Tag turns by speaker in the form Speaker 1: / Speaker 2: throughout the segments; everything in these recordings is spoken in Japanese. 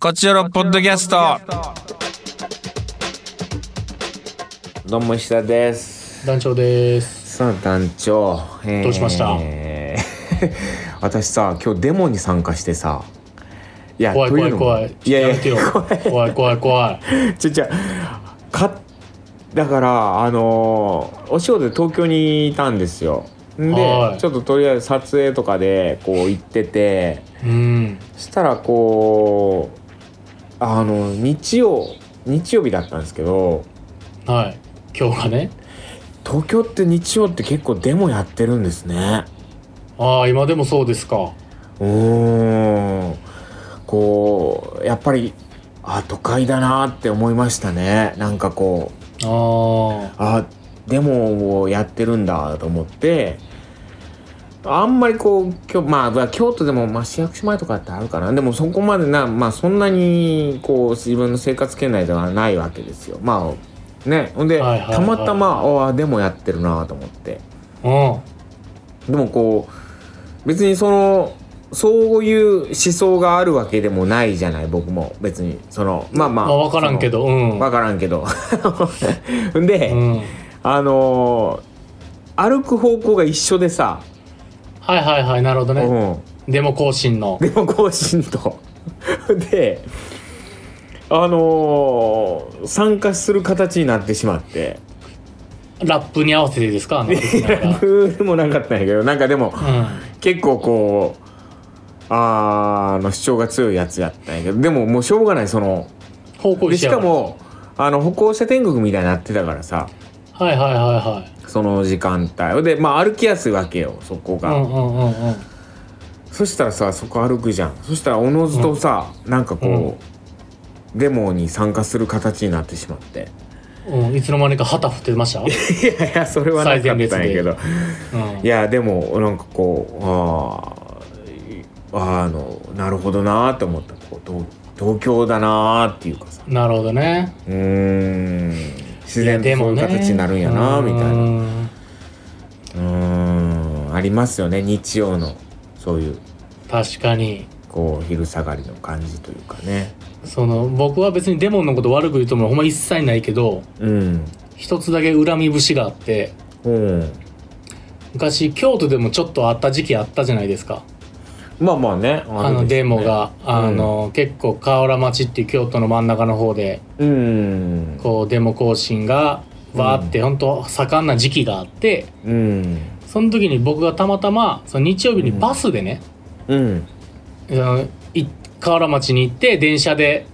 Speaker 1: こちらのポッドキャスト。
Speaker 2: どうも石田です。
Speaker 3: 団長です。
Speaker 2: さあ団長、えー
Speaker 3: どうしました
Speaker 2: 私さ今日デモに参加してさ、いや
Speaker 3: 怖い
Speaker 2: と
Speaker 3: 怖
Speaker 2: う
Speaker 3: い
Speaker 2: のも
Speaker 3: 怖い。
Speaker 2: いやいや
Speaker 3: やめてよ。怖い怖い怖い。
Speaker 2: ちょちょかだからあのーお仕事で東京にいたんですよ。で
Speaker 3: はい
Speaker 2: ちょっととりあえず撮影とかでこう行ってて
Speaker 3: うん。
Speaker 2: したらこうあの日曜日曜日だったんですけど
Speaker 3: はい。今日がね。
Speaker 2: 東京って日曜って結構デモやってるんですね。
Speaker 3: ああ、今でもそうですか。
Speaker 2: うーんこうやっぱりあ都会だなって思いましたねなんかこう
Speaker 3: ああ。
Speaker 2: あデモをやってるんだと思ってあんまりこうきょまあまあ京都でも、まあ、市役所前とかってあるかなでもそこまでな、まあ、そんなにこう自分の生活圏内ではないわけですよまあねほんで、
Speaker 3: はいはいはい
Speaker 2: たまたまああデモやってるなと思って
Speaker 3: うん。
Speaker 2: でもこう別にそのそういう思想があるわけでもないじゃない僕も別にそのまあま
Speaker 3: ま
Speaker 2: あ、
Speaker 3: あわからんけど。うん。
Speaker 2: 分からんけど んで、
Speaker 3: うん。
Speaker 2: あのー歩く方向が一緒でさ、
Speaker 3: はいはいはい。なるほどね。
Speaker 2: う
Speaker 3: デモ更新の
Speaker 2: ん、。でも更新と であのー参加する形になってしまって
Speaker 3: ラップに合わせてですかあの
Speaker 2: ルールもなかったんやけどなんかでも
Speaker 3: う
Speaker 2: 結構こうあーあの主張が強いやつやったんやけどでももうしょうがないその
Speaker 3: ん。方向
Speaker 2: で
Speaker 3: 一緒
Speaker 2: し
Speaker 3: や
Speaker 2: か
Speaker 3: わ。
Speaker 2: もあの歩行者天国みたいになってたからさ
Speaker 3: はいはいは
Speaker 2: その時間帯でまあ歩きやすいわけよそこ
Speaker 3: いはい。
Speaker 2: が、
Speaker 3: うんうんうんうん。
Speaker 2: そしたらさそこ歩くじゃんそしたらおのずとさ、なんかこう、デモに参加する形になってしまって
Speaker 3: うん、いつの間にか旗振ってましたう
Speaker 2: いやいやそれはなかったんや
Speaker 3: 最前
Speaker 2: けど
Speaker 3: 列ん
Speaker 2: い。やでもなんかこうあーあーあのなるほどなーって思ったこう東東京だなーっていうかさ
Speaker 3: なるほどね。
Speaker 2: うーん自
Speaker 3: いや
Speaker 2: 然と
Speaker 3: で
Speaker 2: そうい
Speaker 3: も
Speaker 2: う
Speaker 3: ね
Speaker 2: 形になるんやなーみたいなう
Speaker 3: な。
Speaker 2: ーんありますよね日曜のそういう
Speaker 3: 確かに。
Speaker 2: こう昼下がりの感じというかね
Speaker 3: その僕は別にデモンのこと悪く言うともほんま一切ないけど
Speaker 2: うん
Speaker 3: 一つだけ恨み節があって
Speaker 2: うん
Speaker 3: 昔京都でもちょっとあった時期あったじゃないですか
Speaker 2: まあまあね
Speaker 3: あ
Speaker 2: る
Speaker 3: の
Speaker 2: でし
Speaker 3: デ
Speaker 2: ょうね
Speaker 3: モが、あの結構河原町っていう京都の真ん中の方で
Speaker 2: うん
Speaker 3: こうデモ行進がわーって本当盛んな時期があって
Speaker 2: うん
Speaker 3: その時に僕がたまたまその日曜日にバスでね、
Speaker 2: うん
Speaker 3: あのい河原町に行って電車で、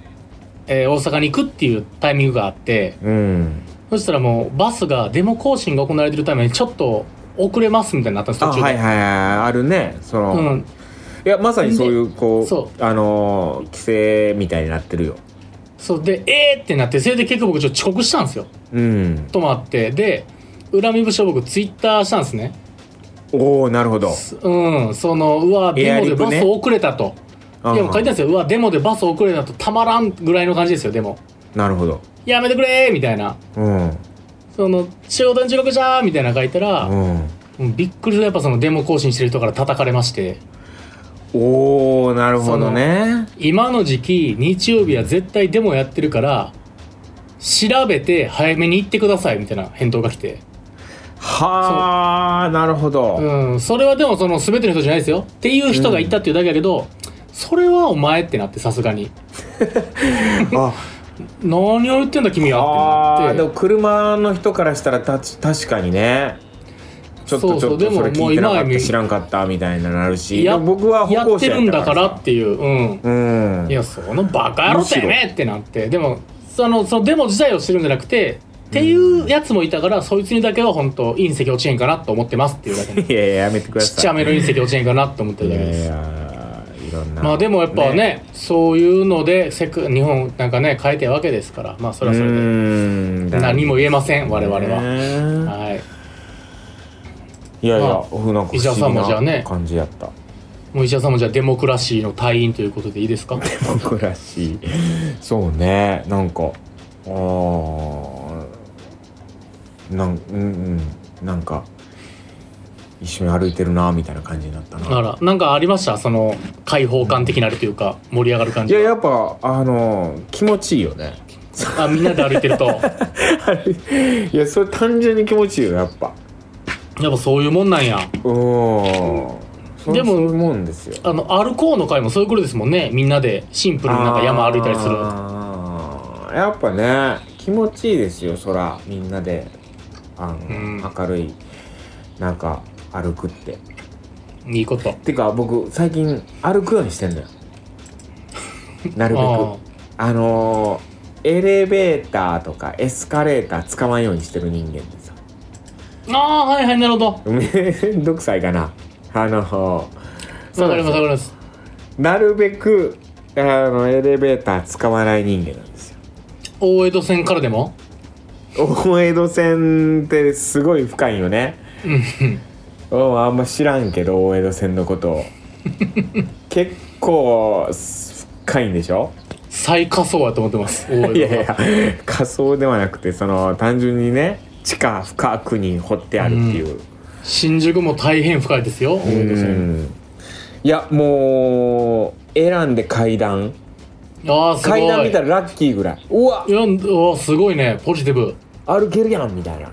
Speaker 3: えー大阪に行くっていうタイミングがあって。
Speaker 2: うん
Speaker 3: そしたらもうバスがデモ行進が行われてるためにちょっと遅れますみたいになったんです
Speaker 2: あ
Speaker 3: 途中
Speaker 2: はい
Speaker 3: で。
Speaker 2: はいはいあるねその、
Speaker 3: うん、
Speaker 2: いやまさにそういうこう
Speaker 3: そ
Speaker 2: あのー規制みたいになってるよ
Speaker 3: そうでえーってなってそれで結構僕ちょっと遅刻したんですよ
Speaker 2: うん
Speaker 3: 止まってで恨み節を僕ツイッターしたんですね
Speaker 2: おおなるほど
Speaker 3: うんそのうわ
Speaker 2: エア
Speaker 3: デモ
Speaker 2: リ
Speaker 3: で
Speaker 2: ブ
Speaker 3: バ
Speaker 2: ね
Speaker 3: ス遅れたと、
Speaker 2: あ
Speaker 3: でも書いてあるんですようわデモでバス遅れたとたまらんぐらいの感じですよでも
Speaker 2: なるほど
Speaker 3: やめてくれーみたいな
Speaker 2: うん
Speaker 3: その仕事に遅刻じゃーみたいな書いたら、
Speaker 2: うん
Speaker 3: うんびっくりするやっぱそのデモ行進してる人から叩かれまして
Speaker 2: おおなるほどね
Speaker 3: 今の時期日曜日は絶対デモやってるから調べて早めに行ってくださいみたいな返答が来て
Speaker 2: はあなるほど、
Speaker 3: うんそれはでもその全ての人じゃないですよっていう人がいたっていうだけやけど、それはお前ってなってさすがに
Speaker 2: あ
Speaker 3: 何を言ってんだ君はって
Speaker 2: あ
Speaker 3: な
Speaker 2: ー
Speaker 3: っ
Speaker 2: でも
Speaker 3: て
Speaker 2: 車の人からしたらたち確かにねちょっ
Speaker 3: そ
Speaker 2: と
Speaker 3: う
Speaker 2: ち
Speaker 3: そ
Speaker 2: ょ
Speaker 3: う
Speaker 2: っとそれ
Speaker 3: でももう
Speaker 2: 聞いてなかっ
Speaker 3: 今
Speaker 2: た
Speaker 3: や
Speaker 2: 知らんかったみたいになるし
Speaker 3: や
Speaker 2: でも僕は歩
Speaker 3: や
Speaker 2: 行
Speaker 3: っ
Speaker 2: 者
Speaker 3: てるんだからっ
Speaker 2: さ
Speaker 3: ていううん
Speaker 2: うん
Speaker 3: いやそのバカ野郎てめえってなってでもそのそのデモ自体をしてるんじゃなくてっていうやつもいたから、そいつにだけは本当隕石落ちへんかなと思ってま すっていうだけの
Speaker 2: いやいややめてくだ
Speaker 3: ちっ
Speaker 2: さい
Speaker 3: ちゃめの隕石落ちへんかなと思ってる
Speaker 2: い
Speaker 3: だけ
Speaker 2: や
Speaker 3: で
Speaker 2: い
Speaker 3: す
Speaker 2: やいろんな
Speaker 3: まあでもやっぱねそういうのでせく日本なんかね変えてるわけですからまあそれはそれで
Speaker 2: で
Speaker 3: 何も言えません我々は、
Speaker 2: は
Speaker 3: はい
Speaker 2: いやいや
Speaker 3: まあ
Speaker 2: うんなんか
Speaker 3: 石田
Speaker 2: 不
Speaker 3: さんもじ
Speaker 2: 思
Speaker 3: ゃあ
Speaker 2: 議
Speaker 3: ね
Speaker 2: な感じやった
Speaker 3: もう石田さんもじゃあデモクラシーの隊員ということでいいで すか
Speaker 2: 僕らしいそうねなんかあーなんうんうんなんか一緒に歩いてるなみたいな感じになったな
Speaker 3: あらなんかありましたその開放感的なあれというか盛り上がる感
Speaker 2: い
Speaker 3: じ
Speaker 2: ややっぱあの気持ちいいよね
Speaker 3: あみんなで歩いてるとや
Speaker 2: いやそれ単純に気持ちいいよやっぱ
Speaker 3: っぱそういうもんなんや
Speaker 2: おお
Speaker 3: でも
Speaker 2: そういうもんですよ
Speaker 3: あの歩こうの会もそういうことですもんねみんなでシンプルになんか山歩いたりする
Speaker 2: あーやっぱね気持ちいいですよそらみんなであの、
Speaker 3: ん
Speaker 2: 明るいなんか歩くって
Speaker 3: いいこと
Speaker 2: てか僕最近歩くようにして んのよなるべく
Speaker 3: あ
Speaker 2: あのーエレベーターとかエスカレーター使わんようにしてる人間でさ
Speaker 3: ーあーはいはいなるほど
Speaker 2: めんどくさいかなあのー
Speaker 3: 下がります下がります
Speaker 2: なるべくあのエレベーター使わない人間なんですよ
Speaker 3: 大江戸線からでも
Speaker 2: 大江戸線ってすごい深いよね
Speaker 3: うんうん
Speaker 2: うんあんま知らんけど大江戸線のこと を結構深いんでしょ
Speaker 3: 最下層やと思っ てます大
Speaker 2: い
Speaker 3: 江
Speaker 2: や
Speaker 3: 戸
Speaker 2: い
Speaker 3: は
Speaker 2: や仮想ではなくてその単純にね地下深くに掘ってあるっていう、
Speaker 3: 新宿も大変深いですよ大江戸線
Speaker 2: うんいやもう選んで階段
Speaker 3: ああすごい
Speaker 2: 階段見たらラッキーぐらいうわ
Speaker 3: いやうわすごいねポジティブ
Speaker 2: 歩けるやんみたいな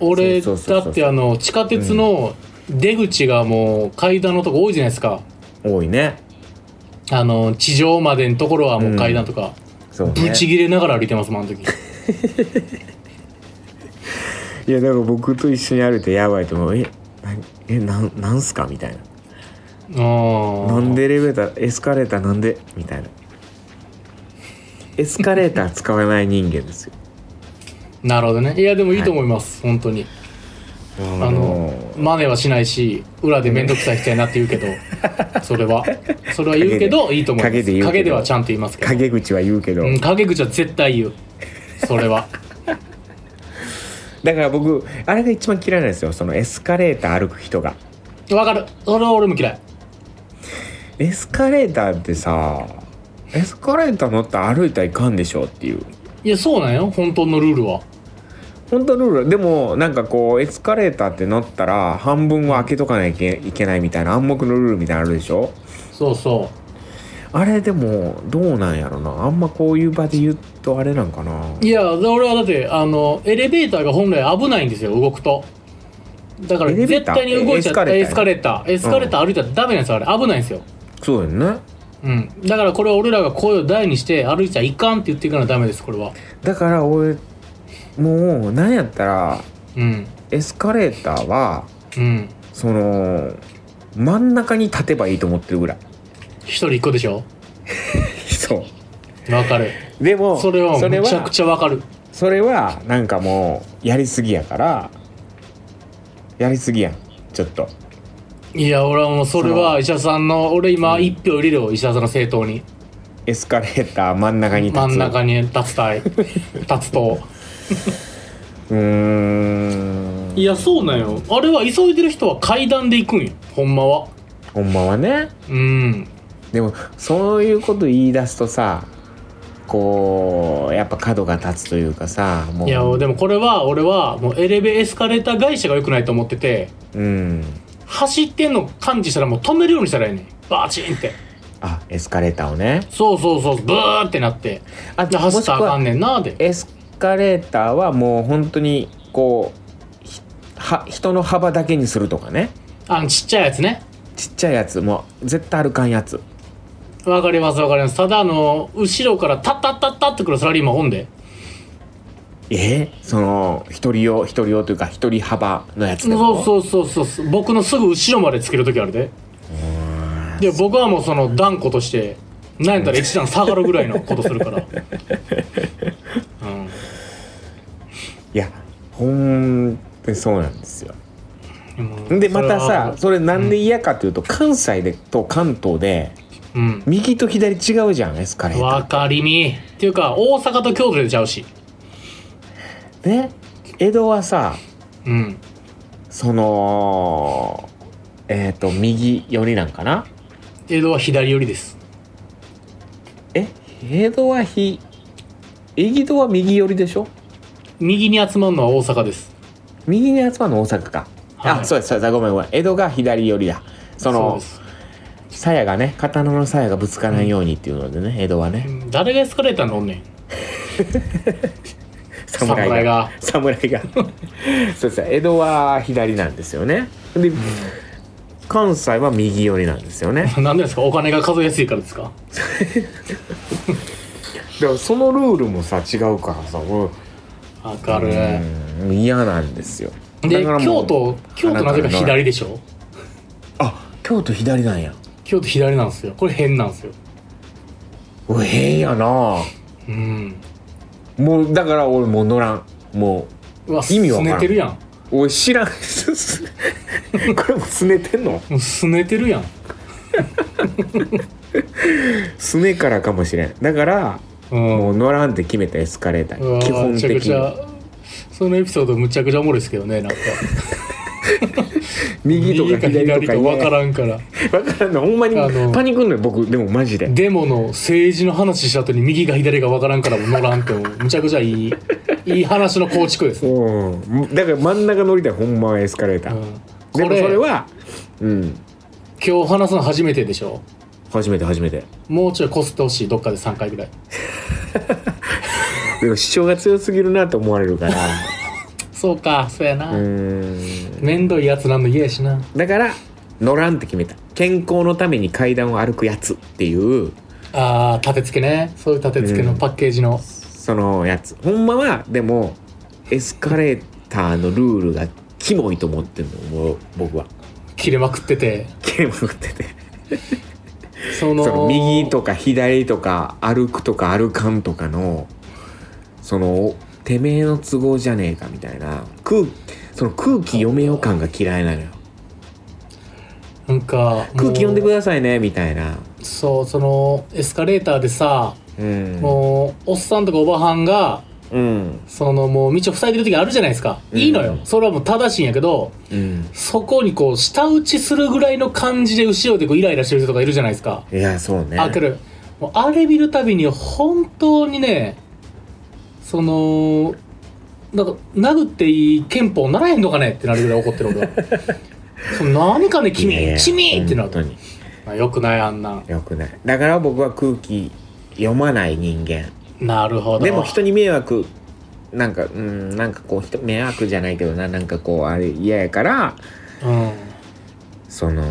Speaker 3: 俺
Speaker 2: そうそうそうそう
Speaker 3: だってあの地下鉄の出口がもう階段のとこ多いじゃないですか
Speaker 2: 多いね
Speaker 3: あの地上までのところはもう階段とか、
Speaker 2: そうね
Speaker 3: ぶち切れながら歩いてますもん あの時
Speaker 2: いやだから僕と一緒に歩いてやばいと思うえなえなんなんすかみたいな
Speaker 3: ああ
Speaker 2: なんでエレベーターエスカレーターなんでみたいなエスカレーター使わ ない人間ですよ
Speaker 3: なるほどねいやでもいいと思います、本当に
Speaker 2: あ
Speaker 3: あの真似はしないし裏で面倒くさい人やなって言う けどそれはそれは言うけどいいと思います
Speaker 2: 陰で言うけど
Speaker 3: ではちゃんと言いますけど
Speaker 2: 陰口は言うけど、
Speaker 3: うん、陰口は絶対言うそれは
Speaker 2: だから僕あれが一番嫌いなんですよそのエスカレーター歩く人が
Speaker 3: わかるそれは俺も嫌い
Speaker 2: エスカレーターってさエスカレーター乗って歩いたらいかんでしょっていう
Speaker 3: いやそうなんよ本当のルールは
Speaker 2: 本当ルールでもなんかこうエスカレーターって乗ったら半分は開けとかないけいけないみたいな暗黙のルールみたいなのあるでしょ
Speaker 3: そうそ
Speaker 2: あれでもどうなんやろなあんまこういう場で言うとあれなんかな
Speaker 3: ういや俺はだってあのエレベーターが本来危ないんですよ動くとだから
Speaker 2: エレベー
Speaker 3: 絶
Speaker 2: ター
Speaker 3: 対に動いちゃった
Speaker 2: えエ
Speaker 3: エ
Speaker 2: ス
Speaker 3: ス
Speaker 2: カ
Speaker 3: カレーターエスカレーター歩いたらダメなんですよあれ危ないんですよ
Speaker 2: そうだよね
Speaker 3: うん、だからこれは俺らが声を大にして歩いちゃいかんって言っていかなダメですこれは
Speaker 2: だから俺もうなんやったら
Speaker 3: うん
Speaker 2: エスカレーターは
Speaker 3: うん
Speaker 2: その真ん中に立てばいいと思ってるぐらい
Speaker 3: 一人一個でしょ
Speaker 2: そ
Speaker 3: わかる
Speaker 2: うでも
Speaker 3: それは
Speaker 2: それ
Speaker 3: めちゃ
Speaker 2: は
Speaker 3: くちゃわかる
Speaker 2: それはなんかもうやりすぎやからやりすぎやんちょっと
Speaker 3: いや俺はもうそれは医者さんの俺今一票入れるよ医者さんの政党に
Speaker 2: エスカレーター真ん中に立つ
Speaker 3: 真ん中に立つ たい立つと
Speaker 2: うーん
Speaker 3: いやそうなんよあれは急いでる人は階段で行くんよほんまは
Speaker 2: ほんまはね
Speaker 3: うん
Speaker 2: でもそういうこと言い出すとさこうやっぱ角が立つというかさもう
Speaker 3: いやでもこれは俺はもうエレベエスカレーター会社が良くないと思ってて
Speaker 2: うん
Speaker 3: 走ってんの感知したらもう止めるようにしたらいいねんバチンって
Speaker 2: あエスカレーターをね
Speaker 3: そうそうそうブーってなって
Speaker 2: あ
Speaker 3: で走ったらあかんねんなで
Speaker 2: エスカレーターはもう本当にこうひは人の幅だけにするとかね
Speaker 3: あのちっちゃいやつね
Speaker 2: ちっちゃいやつもう絶対歩かんやつ
Speaker 3: わかりますわかりますただあの後ろからタッタッタッタってくるサラリーマンおんで
Speaker 2: えーその一人用一人用というか一人幅のやつで
Speaker 3: そう
Speaker 2: も
Speaker 3: そうそうそうそう僕のすぐ後ろまでつける時あるでで僕はもうその断固としてなんやったら一段下がるぐらいのことするから うん
Speaker 2: いやほんってそうなんですよ
Speaker 3: でも
Speaker 2: でまた
Speaker 3: それは
Speaker 2: さそれなんで嫌かというと、関西でと関東で
Speaker 3: うん
Speaker 2: 右と左違うじゃんエスカレーター
Speaker 3: わかりみっていうか大阪と京都でちゃうし
Speaker 2: ね江戸はさ
Speaker 3: うん
Speaker 2: そのえっ、と右寄りなんかな
Speaker 3: 江戸は左寄りです
Speaker 2: え江戸はひ江戸は右寄りでしょ
Speaker 3: 右に集まるのは大阪です
Speaker 2: 右に集まるの大阪かあそうですそうですごめんごめん江戸が左寄りだそ
Speaker 3: そう
Speaker 2: の
Speaker 3: です
Speaker 2: 鞘がね刀の鞘がぶつからないようにっていうのでね江戸はね
Speaker 3: うん誰がエスカレーター乗んねん
Speaker 2: 侍が侍が そうです江戸は左なんですよねで、関西は右寄りなんですよ ね
Speaker 3: なんでですかお金が数えやすいからですか
Speaker 2: だからそのルールもさ違うからさ俺
Speaker 3: わかる
Speaker 2: うん嫌なんですよ
Speaker 3: で
Speaker 2: だからも
Speaker 3: 京
Speaker 2: う
Speaker 3: 都京都なぜか左でしょ
Speaker 2: あ京都左なんや
Speaker 3: 京都左なんですよこれ変なんですよ
Speaker 2: うえ変やな
Speaker 3: うん
Speaker 2: もうだから俺もう乗らんも
Speaker 3: うわ
Speaker 2: 意味わ
Speaker 3: す
Speaker 2: からん
Speaker 3: ねてるやん
Speaker 2: う俺知らんこれもすねてんの
Speaker 3: もうすねてるやん
Speaker 2: すねからかもしれんだから
Speaker 3: うん
Speaker 2: もう乗らんって決めたエスカレータ
Speaker 3: うわ
Speaker 2: ー基本的
Speaker 3: むちゃ
Speaker 2: に
Speaker 3: くちゃそのエピソードむちゃくちゃおもろいですけどねなんか
Speaker 2: 右とか左とか
Speaker 3: か
Speaker 2: 言
Speaker 3: 分
Speaker 2: わ
Speaker 3: か
Speaker 2: から
Speaker 3: らんから
Speaker 2: ん分からんのほんまに
Speaker 3: あの
Speaker 2: パニックんのよ僕でもマジで
Speaker 3: デモの政治の話した後に右か左か分からんからもう乗らんってもうむちゃくちゃいいいい話の構築ですね、
Speaker 2: うんだから真ん中乗りたいほんまはエスカレータ
Speaker 3: う
Speaker 2: ー、
Speaker 3: ん、こ
Speaker 2: でも
Speaker 3: れ
Speaker 2: それはうん
Speaker 3: 今日話すの初めてでしょ
Speaker 2: 初めて初めて
Speaker 3: もうちょいこすってほしいどっかで3回ぐらい
Speaker 2: でも主張が強すぎるなと思われるから
Speaker 3: そうかそうやな、
Speaker 2: うーん
Speaker 3: めんどいやつなんの嫌やしな
Speaker 2: だから乗らんって決めた健康のために階段を歩くやつっていう
Speaker 3: あー立て付けねそういう立て付けのパッケージの、
Speaker 2: そのやつほんまはでもエスカレーターのルールがキモいと思ってんのもう僕は
Speaker 3: 切れまくってて
Speaker 2: キレまくってて
Speaker 3: その
Speaker 2: その右とか左とか歩くとか歩かんとかのそのてめえの都合じゃねえかみたいな空その空気読めよ感が嫌いなのよ
Speaker 3: なんか
Speaker 2: 空気読んでく
Speaker 3: さ
Speaker 2: ださいねみたいな、
Speaker 3: いそうそのエスカレーターでさ
Speaker 2: うん、
Speaker 3: もうおっさんとかおばはんが
Speaker 2: うん
Speaker 3: そのもう道を塞いでる時あるじゃないですか、いいのよそれはもう正しいんやけど
Speaker 2: うん
Speaker 3: そこにこう舌打ちするぐらいの感じで後ろでこうイライラしてる人とかいるじゃないですか、
Speaker 2: いやそうね
Speaker 3: あけるもうあれ見るたびに本当にねそのなんか殴っていい憲法ならへんのかねってなるぐらい怒ってる 俺はその何かね君
Speaker 2: ねえ
Speaker 3: 君ってな
Speaker 2: 本当
Speaker 3: る
Speaker 2: に
Speaker 3: よくないあんなん
Speaker 2: よくないだから僕は空気読まない人間
Speaker 3: なるほど
Speaker 2: でも人に迷惑なんかうんなんかこう人迷惑じゃないけどななんかこうあれ嫌やから
Speaker 3: う
Speaker 2: その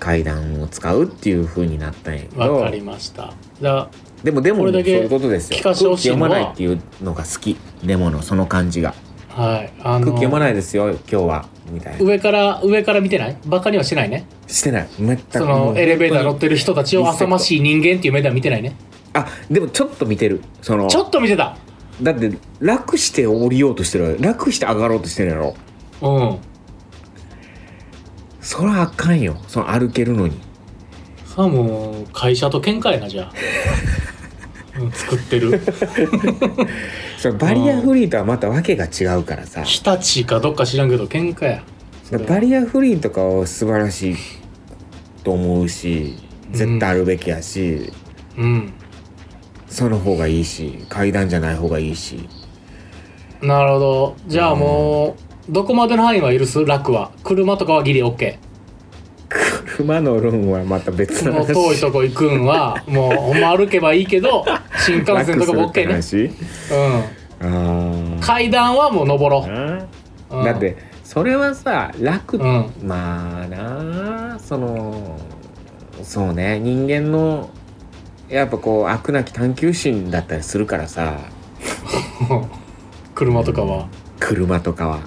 Speaker 2: 階段を使うっていう風になったんやけ
Speaker 3: んわ
Speaker 2: ど
Speaker 3: かりましたじゃあ
Speaker 2: でもでも
Speaker 3: こ
Speaker 2: そう
Speaker 3: れだけ
Speaker 2: いうことですよ
Speaker 3: 聞かせてほしいのは
Speaker 2: 空気読まないっていうのが好きでものその感じが
Speaker 3: はいあ
Speaker 2: 空気
Speaker 3: の
Speaker 2: 読まないですよ今日はみたいな
Speaker 3: 上から上から見てないバカにはしてないね
Speaker 2: してない全く
Speaker 3: そ
Speaker 2: も
Speaker 3: の
Speaker 2: う
Speaker 3: エレベーター乗ってる人たちを浅ましい人間っていう目では見てないね
Speaker 2: あでもちょっと見てるその
Speaker 3: ちょっと見てた
Speaker 2: だって楽して降りようとしてるわよ楽して上がろうとしてるやろ
Speaker 3: うん
Speaker 2: そらあかんよその歩けるのに
Speaker 3: さあもう会社と喧嘩やなじゃ あうん作ってる
Speaker 2: そのバリアフリーとはまた訳が違うからさ
Speaker 3: 日立かどっか知らんけど喧嘩やそれ
Speaker 2: バリアフリーとかは素晴らしいと思うし絶対あるべきやし、
Speaker 3: うん
Speaker 2: その方がいいし階段じゃない方がいいし
Speaker 3: なるほどじゃあもうどこまでの範囲は許す楽は車とかはギリ OK
Speaker 2: 車乗るんはまた別の
Speaker 3: もう
Speaker 2: 話
Speaker 3: 遠いとこ行くんはもうほんま歩けばいいけ ど新幹線とかも OK
Speaker 2: 楽
Speaker 3: ね
Speaker 2: するって
Speaker 3: う
Speaker 2: 話あ
Speaker 3: ん階段はもう登ろ
Speaker 2: あ
Speaker 3: う、うん、
Speaker 2: だってそれはさ楽、
Speaker 3: うん
Speaker 2: まあなあそのそうね人間のやっぱこう悪なき探求心だったりするからさ
Speaker 3: 車とかは、
Speaker 2: 車と かは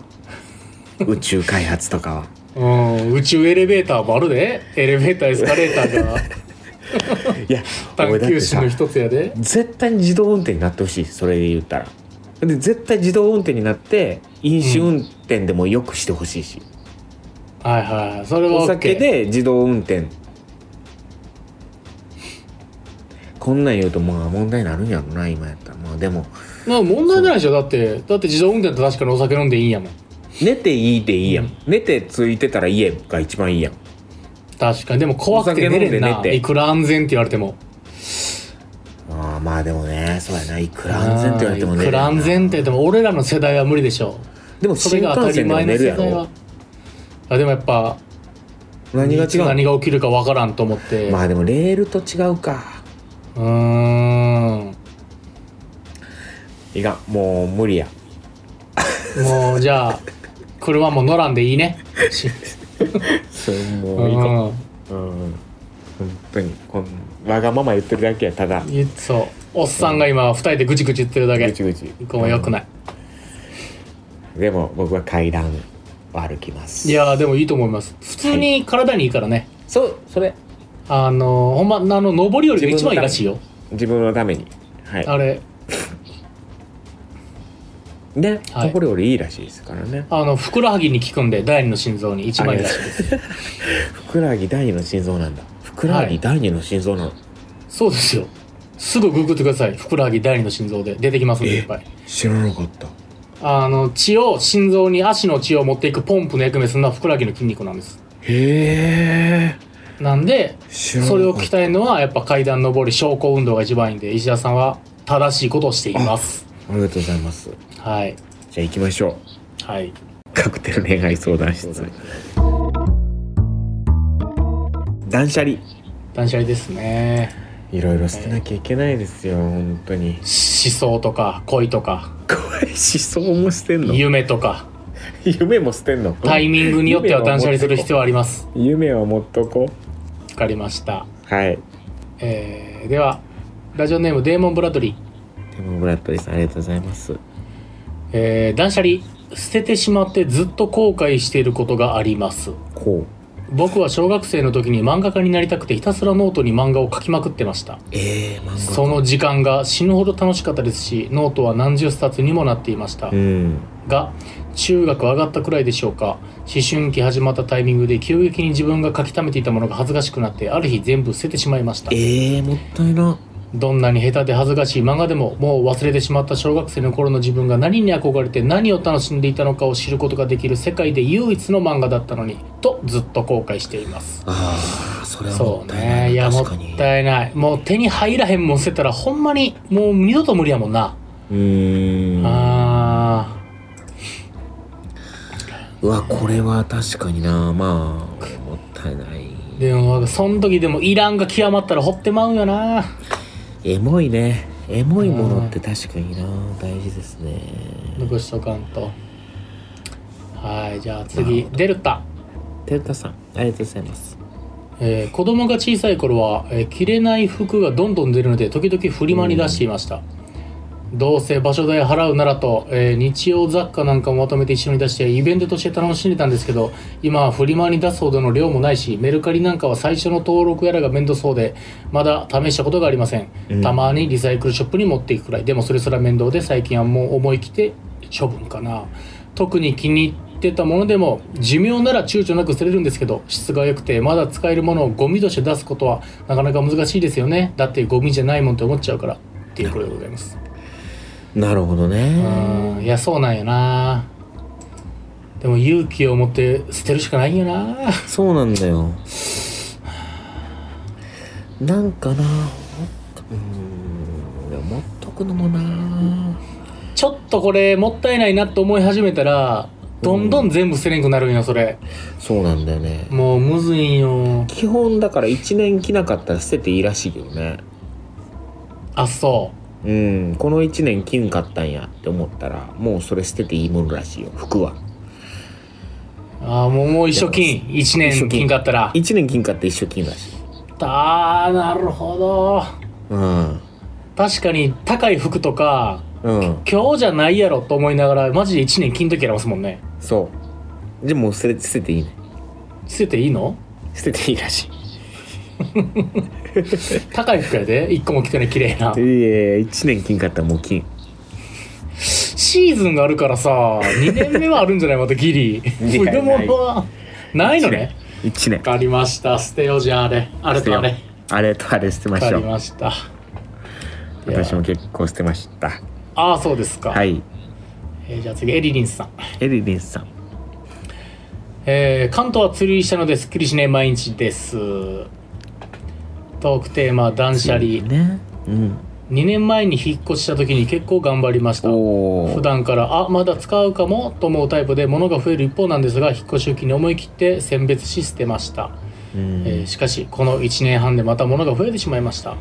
Speaker 2: 宇宙開発とかは
Speaker 3: うん、宇宙エレベーターもあるでエレベーターエスカレーターが
Speaker 2: いや
Speaker 3: 探
Speaker 2: 俺だって
Speaker 3: 求心
Speaker 2: さ
Speaker 3: の一つやで
Speaker 2: 絶対に自動運転になってほしいそれで言ったらで絶対自動運転になって飲酒運転でもよくしてほしいし、
Speaker 3: はいはいそれは OK
Speaker 2: お酒で自動運転こんなん言うとまあ問題になるんやろな今やったらまあでも
Speaker 3: まあ問題ないでしょだってだって自動運転って確かにお酒飲んでいいんやもん
Speaker 2: 寝ていいでいいやん、
Speaker 3: うん
Speaker 2: 寝てついてたら家が一番いいやん
Speaker 3: 確かにでも怖くて寝れ
Speaker 2: お
Speaker 3: ん
Speaker 2: 酒飲ん
Speaker 3: な
Speaker 2: で寝て
Speaker 3: いくら安全って言われても
Speaker 2: ああまあでもねそうやないくら安全って言われても
Speaker 3: うん
Speaker 2: 寝
Speaker 3: い
Speaker 2: れ
Speaker 3: く
Speaker 2: るよ
Speaker 3: ら
Speaker 2: な
Speaker 3: 安全って言っても俺らの世代は無理でしょ
Speaker 2: でも
Speaker 3: それ
Speaker 2: 新
Speaker 3: が当た
Speaker 2: 幹線
Speaker 3: り
Speaker 2: でも
Speaker 3: 前の
Speaker 2: 寝る
Speaker 3: 世
Speaker 2: や
Speaker 3: 代は
Speaker 2: ろ
Speaker 3: あでもやっぱ
Speaker 2: 何が違う
Speaker 3: 何が起きるかわからんと思って、
Speaker 2: まあでもレールと違うか
Speaker 3: うーん
Speaker 2: いかんもう無理や
Speaker 3: もうじゃあ車も乗らんでいいねし
Speaker 2: それ
Speaker 3: う
Speaker 2: も ういいか
Speaker 3: ん
Speaker 2: うん本当にこんわがまま言ってるだけやただ
Speaker 3: いそうおっさんが今二人でぐちぐち言ってるだけ
Speaker 2: ぐちぐち
Speaker 3: こうよくない
Speaker 2: でも僕は階段を歩きます
Speaker 3: いやーでもいいと思います普通に体にいいからね、
Speaker 2: そうそれ
Speaker 3: あのーほんまあの上りよりが一番いいらしいよ
Speaker 2: 自分のためにはい
Speaker 3: あれ
Speaker 2: ね、
Speaker 3: はい
Speaker 2: これよりいいらしいですからね
Speaker 3: あのふくらはぎに効くんで第二の心臓に一番いいらしいです
Speaker 2: ふくらはぎ第二の心臓なんだふくらは
Speaker 3: は
Speaker 2: ぎ
Speaker 3: い
Speaker 2: 第二の心臓なの、
Speaker 3: そうですよすぐググってくださいふくらはぎ第二の心臓で出てきますんでいっぱい
Speaker 2: 知らなかった
Speaker 3: あの血を心臓に足の血を持っていくポンプの役目するのはふくらはぎの筋肉なんです
Speaker 2: へえ
Speaker 3: なんで
Speaker 2: 知らなかった
Speaker 3: それを鍛えるのはやっぱ階段上り昇降運動が一番いいんで石田さんは正しいことをしています
Speaker 2: ありがとうございます
Speaker 3: はい
Speaker 2: じゃあ行きましょう
Speaker 3: はい
Speaker 2: カクテル恋愛相談室断捨離
Speaker 3: 断捨離ですね
Speaker 2: いろいろ捨てなきゃいけないですよ本当に
Speaker 3: 思想とか恋とか
Speaker 2: 怖い思想も捨てんの
Speaker 3: 夢とか
Speaker 2: 夢も捨てんの
Speaker 3: タイミングによっては断捨離する必要はあります
Speaker 2: 夢は持っとこ
Speaker 3: わかりました、
Speaker 2: うはい
Speaker 3: えー、ではラジオネームデーモン・ブラッドリー
Speaker 2: でもブラッドリーさんありがとうございます
Speaker 3: えー断捨離捨ててしまってずっと後悔していることがあります
Speaker 2: こう
Speaker 3: 僕は小学生の時に漫画家になりたくてひたすらノートに漫画を描きまくってました
Speaker 2: ええー、漫画
Speaker 3: その時間が死ぬほど楽しかったですしノートは何十冊にもなっていました
Speaker 2: うん
Speaker 3: が中学上がったくらいでしょうか思春期始まったタイミングで急激に自分が書き溜めていたものが恥ずかしくなってある日全部捨ててしまいました
Speaker 2: ええー、もったいな
Speaker 3: どんなに下手で恥ずかしい漫画でももう忘れてしまった小学生の頃の自分が何に憧れて何を楽しんでいたのかを知ることができる世界で唯一の漫画だったのにとずっと後悔しています
Speaker 2: ああそれはも
Speaker 3: そ
Speaker 2: っ
Speaker 3: う
Speaker 2: たいな
Speaker 3: ねいやもっ
Speaker 2: 確かに
Speaker 3: たいないもう手に入らへんもん捨てたらほんまにもう二度と無理やもんな、
Speaker 2: うーん
Speaker 3: あ
Speaker 2: うわこれは確かになまあもったいない
Speaker 3: ーでもその時でもいらんが極まったら掘ってまうんよな
Speaker 2: エモいねエモいものって確かにな大事ですね
Speaker 3: 残しとかんとはいじゃあ次デルタ
Speaker 2: テルタさんありがとうございます
Speaker 3: えー子供が小さい頃は、えー着れない服がどんどん出るので時々フリマに出していました、どうせ場所代払うならと、えー日用雑貨なんかもまとめて一緒に出してイベントとして楽しんでたんですけど今はフリマに出すほどの量もないしメルカリなんかは最初の登録やらが面倒そうでまだ試したことがありません、
Speaker 2: うん
Speaker 3: たまにリサイクルショップに持っていくくらいでもそれすら面倒で最近はもう思い切って処分かな特に気に入ってたものでも寿命なら躊躇なく捨てれるんですけど質が良くてまだ使えるものをゴミとして出すことはなかなか難しいですよねだってゴミじゃないもんって思っちゃうからっていうことでございます
Speaker 2: なるほどね
Speaker 3: うんいやそうなんやなでも勇気を持って捨てるしかないんやな
Speaker 2: そうなんだよなんかなうんでも持っとくのもな
Speaker 3: ちょっとこれもったいないなって思い始めたらどんどん全部捨てれんくなるんよそれ
Speaker 2: そうなんだよね
Speaker 3: もうむずいんよ
Speaker 2: 基本だから1年着なかったら捨てていいらしいけどね
Speaker 3: あそ
Speaker 2: うんこの1年着んかったんやって思ったらもうそれ捨てていいものらしいよ服は
Speaker 3: うあもうもう一生金1
Speaker 2: 一
Speaker 3: 年
Speaker 2: 生金
Speaker 3: 金買ったら
Speaker 2: 1年着んかって一生着んらしい
Speaker 3: あーなるほど
Speaker 2: うん
Speaker 3: 確かに高い服とか
Speaker 2: うん
Speaker 3: 今日じゃないやろと思いながらマジで1年金時ありますもんね
Speaker 2: そうでもう捨て捨てていいね
Speaker 3: 捨てていいの
Speaker 2: 捨てていいらしい
Speaker 3: 高い服やで1個も着てない綺麗ない
Speaker 2: やいや1年金買ったらもう金
Speaker 3: シーズンがあるからさ2年目はあるんじゃない またギリ
Speaker 2: いや
Speaker 3: 売るものはないのね
Speaker 2: 1年
Speaker 3: わかりました捨てようじゃああれあれとあれ
Speaker 2: あれとあれ捨てま
Speaker 3: わ
Speaker 2: し
Speaker 3: か
Speaker 2: ょ
Speaker 3: り
Speaker 2: う
Speaker 3: ましたいや
Speaker 2: 私も結構捨てました
Speaker 3: ああそうですか、
Speaker 2: はい
Speaker 3: えーじゃあ次エリリンさん
Speaker 2: エリリンさん
Speaker 3: えー関東は釣りしたのですっきりしない毎日ですトークテーマ断捨離
Speaker 2: ねうん
Speaker 3: 2年前に引っ越した時に結構頑張りました
Speaker 2: おお
Speaker 3: 普段からあまだ使うかもと思うタイプで物が増える一方なんですが引っ越し先に思い切って選別し捨てました、
Speaker 2: うん
Speaker 3: えーしかしこの1年半でまた物が増えてしまいました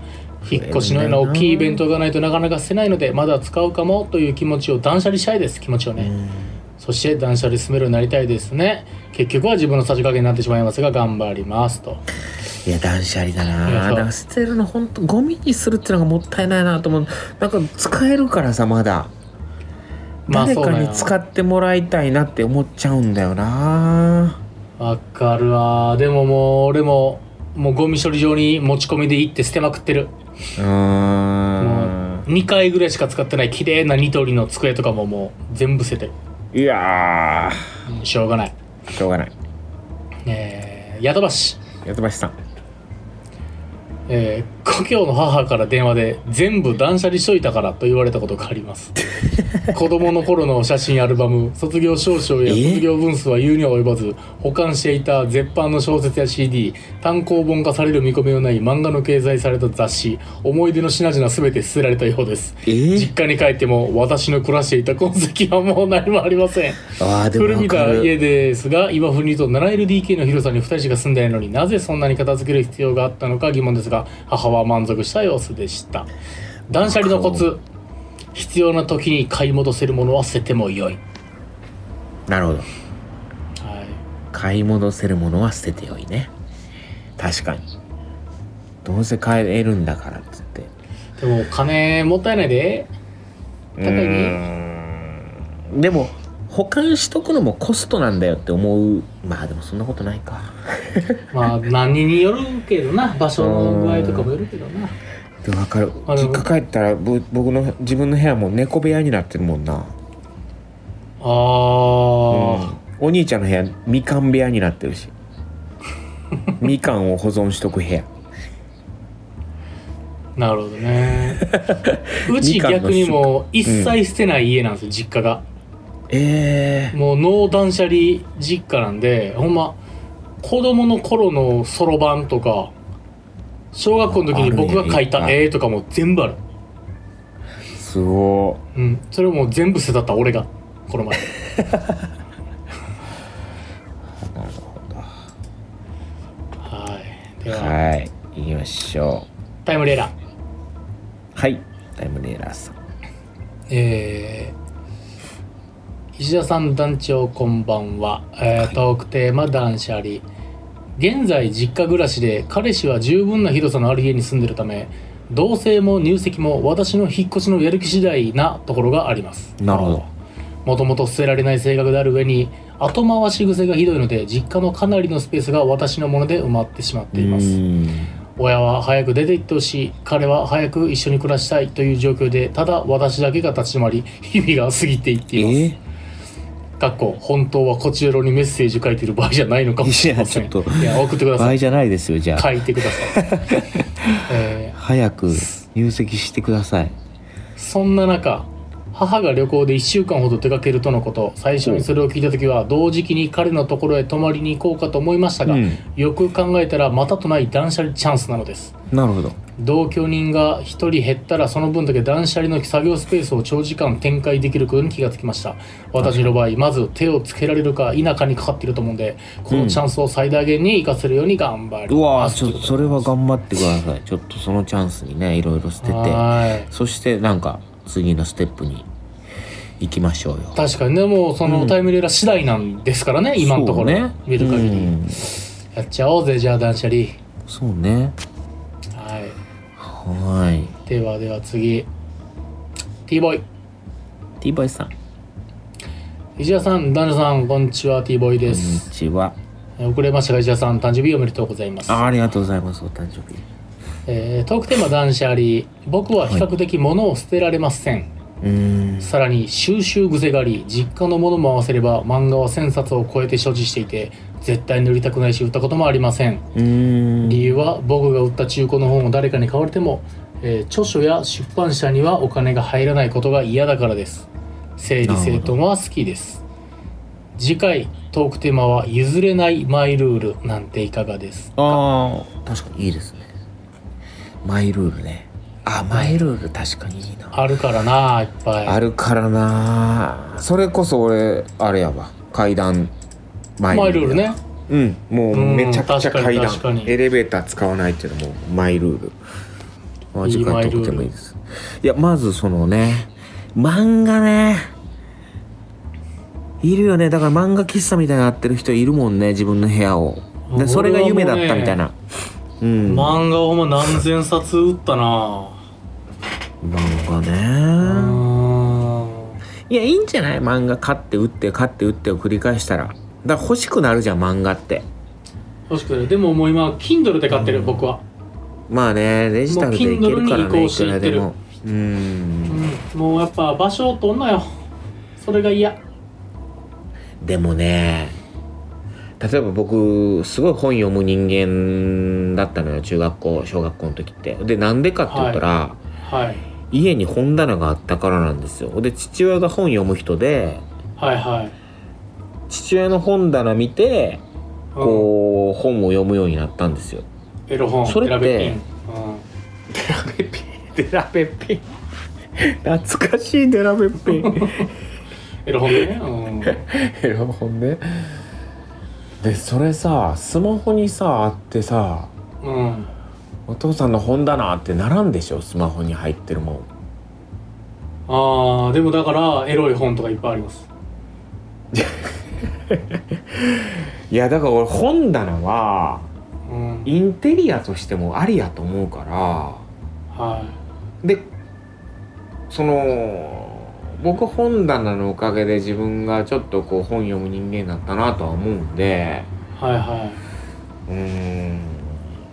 Speaker 3: 引っ越しのような大きいイベントがないとなかなか捨てないのでまだ使うかもという気持ちを断捨離したいです気持ちをね、そして断捨離進めるようになりたいですね結局は自分のさじ加減になってしまいますが頑張りますと
Speaker 2: いや断捨離だ
Speaker 3: いや
Speaker 2: な
Speaker 3: そう
Speaker 2: だから捨てるの本当ゴミにするってのがもったいないなと思うなんか使えるからさまだ誰か
Speaker 3: なん
Speaker 2: に
Speaker 3: や
Speaker 2: 使ってもらいたいなって思っちゃうんだよな
Speaker 3: わかるわでももう俺ももうゴミ処理場に持ち込みで行って捨てまくってる
Speaker 2: うーん
Speaker 3: 2回ぐらいしか使ってない綺麗なニトリの机とかももう全部捨ててる
Speaker 2: いや
Speaker 3: うんしょうがない
Speaker 2: ーしょうがない
Speaker 3: えー、ヤドバシ、
Speaker 2: やつばしさん
Speaker 3: えー、故郷の母から電話で全部断捨離しといたからと言われたことがあります 子供の頃の写真アルバム卒業証書や
Speaker 2: え
Speaker 3: 卒業分数は言うには及ばず保管していた絶版の小説や CD 単行本化される見込みのない漫画の掲載された雑誌思い出の品々全て捨てられたようです
Speaker 2: えー、
Speaker 3: 実家に帰っても私の暮らしていた痕跡はもう何もありません
Speaker 2: ああでも
Speaker 3: 古
Speaker 2: わ
Speaker 3: び
Speaker 2: か
Speaker 3: た
Speaker 2: る
Speaker 3: 家ですが今風に言うと 7LDK の広さに2人しか住んでないのになぜそんなに片付ける必要があったのか疑問ですが母は満足した様子でした断捨離のコツ必要な時に買い戻せるものは捨てても良い、
Speaker 2: なるほど
Speaker 3: はい、
Speaker 2: 買い戻せるものは捨ててよいね確かにどうせ買えるんだからっつって
Speaker 3: でもお金もったいないで高いね
Speaker 2: うーんでも保管しとくのもコストなんだよって思うまあでもそんなことないか
Speaker 3: まあ何によるけどな場所の具合とかもよるけどな
Speaker 2: でもわかる
Speaker 3: あの
Speaker 2: 実家帰ったらぶ僕の自分の部屋も猫部屋になってるもんな
Speaker 3: あー、
Speaker 2: うんお兄ちゃんの部屋みかん部屋になってる しみかんを保存しとく部屋
Speaker 3: なるほどねうち
Speaker 2: みかんの
Speaker 3: 逆にもう一切捨てない家なんですよ、実家が
Speaker 2: ええ
Speaker 3: もうノー断捨離実家なんでほんま子供の頃のそろばんとか小学校の時に僕が描い
Speaker 2: あ
Speaker 3: た
Speaker 2: るね
Speaker 3: 絵とかも全部ある、
Speaker 2: すご
Speaker 3: うん、それをもう全部捨てたった俺がこ の前
Speaker 2: いなるほど
Speaker 3: はいでは、
Speaker 2: はい行きましょ
Speaker 3: タイムレーラー
Speaker 2: うはいタイムレーラーさん
Speaker 3: えー、石田さん団長こんばんは、えートークテーマ断捨離現在実家暮らしで彼氏は十分な広さのある家に住んでるため同棲も入籍も私の引っ越しのやる気次第なところがあります
Speaker 2: なるほど
Speaker 3: もともと捨てられない性格である上に後回し癖がひどいので実家のかなりのスペースが私のもので埋まってしまっています
Speaker 2: うーん
Speaker 3: 親は早く出て行ってほしい彼は早く一緒に暮らしたいという状況でただ私だけが立ち止まり日々が過ぎていって
Speaker 2: え
Speaker 3: います、
Speaker 2: ー
Speaker 3: かっこ本当はこちらにメッセージ書いてる場合じゃないのかもしれません
Speaker 2: いやちょっと
Speaker 3: いや送ってく
Speaker 2: 場
Speaker 3: ださ
Speaker 2: 合
Speaker 3: い
Speaker 2: じゃないですよじゃあ
Speaker 3: 書いてください、 え
Speaker 2: 早く入籍してください
Speaker 3: ーそんな中母が旅行で1週間ほど出かけるとのこと最初にそれを聞いた時は同時期に彼のところへ泊まりに行こうかと思いましたが、
Speaker 2: うん
Speaker 3: よく考えたらまたとない断捨離チャンスなのです
Speaker 2: なるほど
Speaker 3: 同居人が1人減ったらその分だけ断捨離の作業スペースを長時間展開できることに気がつきました私の場合まず手をつけられるか否かにかかっていると思うんでこのチャンスを最大限に生かせるように頑張り
Speaker 2: うわ
Speaker 3: ま
Speaker 2: ー
Speaker 3: す
Speaker 2: ちょっとそれは頑張ってくださいちょっとそのチャンスにねいろいろ捨てて
Speaker 3: はい
Speaker 2: そしてなんか次のステップに行きましょうよ
Speaker 3: 確かにねもうそのタイムレーラー次第なんですからね、今のところ
Speaker 2: そうね
Speaker 3: 見る限り、
Speaker 2: うん
Speaker 3: やっちゃおうぜじゃあ断捨離
Speaker 2: そうね
Speaker 3: はい
Speaker 2: はーい
Speaker 3: ではでは次 T ボーイ
Speaker 2: T ボイさんこ
Speaker 3: 石田さん男女さんこんにちは T ボーイ
Speaker 2: ん
Speaker 3: で
Speaker 2: に
Speaker 3: す、
Speaker 2: ちは
Speaker 3: 遅れましたが石田さん誕生日おめでとうございます
Speaker 2: あありがとうございますお誕生日
Speaker 3: えートークテーマ断捨離僕は比較的物を捨てられません、
Speaker 2: うーん
Speaker 3: さらに収集癖があり実家のものも合わせれば漫画は1000冊を超えて所持していて絶対塗りたくないし売ったこともありません
Speaker 2: うーん
Speaker 3: 理由は僕が売った中古の本を誰かに買われても、えー著書や出版社にはお金が入らないことが嫌だからです整理整頓は好きです次回トークテーマは「譲れないマイルール」なんていかがです
Speaker 2: ああ確かにいいですねマイルールねあマイルール確かにいいな
Speaker 3: あるからな、いっぱい。
Speaker 2: あるからなそれこそ俺あれやわ階段マ
Speaker 3: マイルールね。
Speaker 2: うんもう
Speaker 3: うん
Speaker 2: めちゃくちゃ階段
Speaker 3: 確かに確かに
Speaker 2: エレベーター使わないっていうのもマイルールまあ時間とってもいいですいやまずそのね漫画ねいるよねだから漫画喫茶みたいになってる人いるもんね自分の部屋をでそれが夢だったみたいな、うん
Speaker 3: 漫画をほんま何千冊売ったな。
Speaker 2: 漫画
Speaker 3: う
Speaker 2: ね
Speaker 3: ん。
Speaker 2: いや、いいんじゃない漫画買って打って買って打ってを繰り返したら。だから欲しくなるじゃん、漫画って。
Speaker 3: 欲しくないでももう今、Kindle で買ってる、僕は。
Speaker 2: まあね、デジタルでいけるから
Speaker 3: もう Kindle に
Speaker 2: ね、
Speaker 3: 移行
Speaker 2: い
Speaker 3: して
Speaker 2: く
Speaker 3: い
Speaker 2: ら
Speaker 3: って
Speaker 2: で
Speaker 3: る
Speaker 2: も。うーん。
Speaker 3: うん。もうやっぱ場所を取んなよ。それが嫌。
Speaker 2: でもね、例えば僕、すごい本読む人間だったのよ、中学校、小学校の時って。で、なんでかって言ったら、
Speaker 3: はい。
Speaker 2: 家に本棚があったからなんですよ。で、父親が本読む人で、
Speaker 3: はいはい。
Speaker 2: 父親の本棚見て、こう、本を読むようになったんですよ。
Speaker 3: うん、エロ本、
Speaker 2: それって
Speaker 3: 選べピンうん
Speaker 2: デラベピンデラベピン懐かしいデラベピン
Speaker 3: エロ本で ね。うん。
Speaker 2: エロ本ねでそれさスマホにさあってさ
Speaker 3: うん、
Speaker 2: お父さんの本棚って並んでしょスマホに入ってるもん
Speaker 3: ああ、でもだから、エロい本とかいっぱいあります。
Speaker 2: いやだから俺本棚は
Speaker 3: うん。
Speaker 2: インテリアとしてもありやと思うから
Speaker 3: は
Speaker 2: でその僕本棚のおかげで自分がちょっとこう本読む人間になったなとは思うんで
Speaker 3: い。はいは
Speaker 2: うーん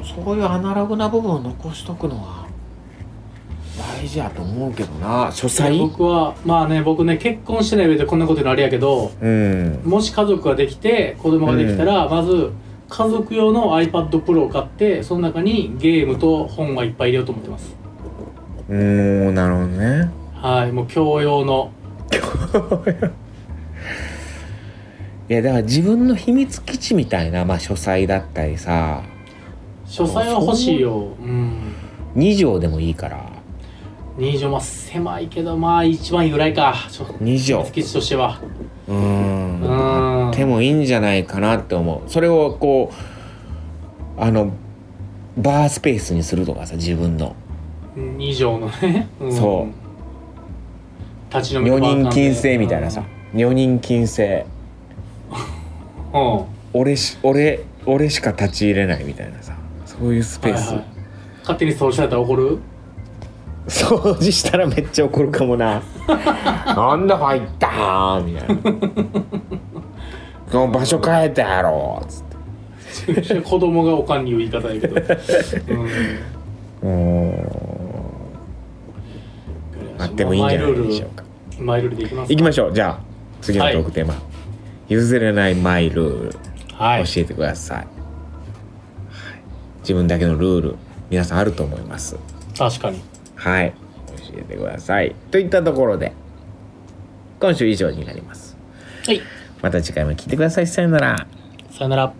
Speaker 2: そういうアナログな部分を残しとくのは大事やと思うけどな書
Speaker 3: い。
Speaker 2: 斎
Speaker 3: 僕は、まあね、僕ね、結婚してない上でこんなことになるやけど、
Speaker 2: うん
Speaker 3: もし家族ができて、子供ができたら、まず、家族用の iPad Pro を買って、その中にゲームと本はいっぱい入れようと思ってます。
Speaker 2: もうなるほどね
Speaker 3: はい、もう教養の。
Speaker 2: いやだから自分の秘密基地みたいな、まあ、書斎だったりさ
Speaker 3: 書斎は欲しいよ。うん。
Speaker 2: 2畳でもいいから
Speaker 3: 2畳、まあ狭いけど、まあ一番由来か。書
Speaker 2: 2
Speaker 3: 秘密
Speaker 2: 畳
Speaker 3: 基地としては。
Speaker 2: うーん
Speaker 3: うん。
Speaker 2: でもいいんじゃないかなって思うそれをこうあのバースペースにするとかさ自分の
Speaker 3: 以上のね、うん
Speaker 2: そ
Speaker 3: 立ち飲み
Speaker 2: 女
Speaker 3: のバーカン
Speaker 2: 人
Speaker 3: で
Speaker 2: 禁制みたいなさ女人禁制
Speaker 3: うんうん
Speaker 2: 俺し俺俺しか立ち入れないみたいなさそういうスペース、
Speaker 3: はいはい勝手に掃除されたら怒る
Speaker 2: 掃除したらめっちゃ怒るかもな なんだ入ったーみたいなその場所変えたやろっつって
Speaker 3: 子供がおかんに言う言い方やけど、うん
Speaker 2: うーんあってもいいんじゃないでしょうか
Speaker 3: マイルールマイルールでいきます
Speaker 2: 行きましょうじゃあ次のトークテーマ、譲れないマイルール
Speaker 3: はい
Speaker 2: 教えてください、はい自分だけのルール皆さんあると思います
Speaker 3: 確かに
Speaker 2: はい教えてくださいといったところで今週以上になります
Speaker 3: はい
Speaker 2: また次回も聞いてくださいさよなら
Speaker 3: さよなら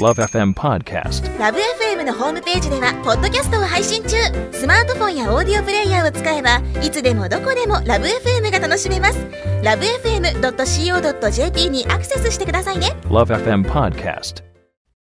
Speaker 1: Love FM Podcast.
Speaker 4: ラブ f m のホームページではポッドキャストを配信中スマートフォンやオーディオプレイヤーを使えばいつでもどこでもラブ f m が楽しめますラブ FM.co.jp にアクセスしてくださいね
Speaker 1: Love FM Podcast.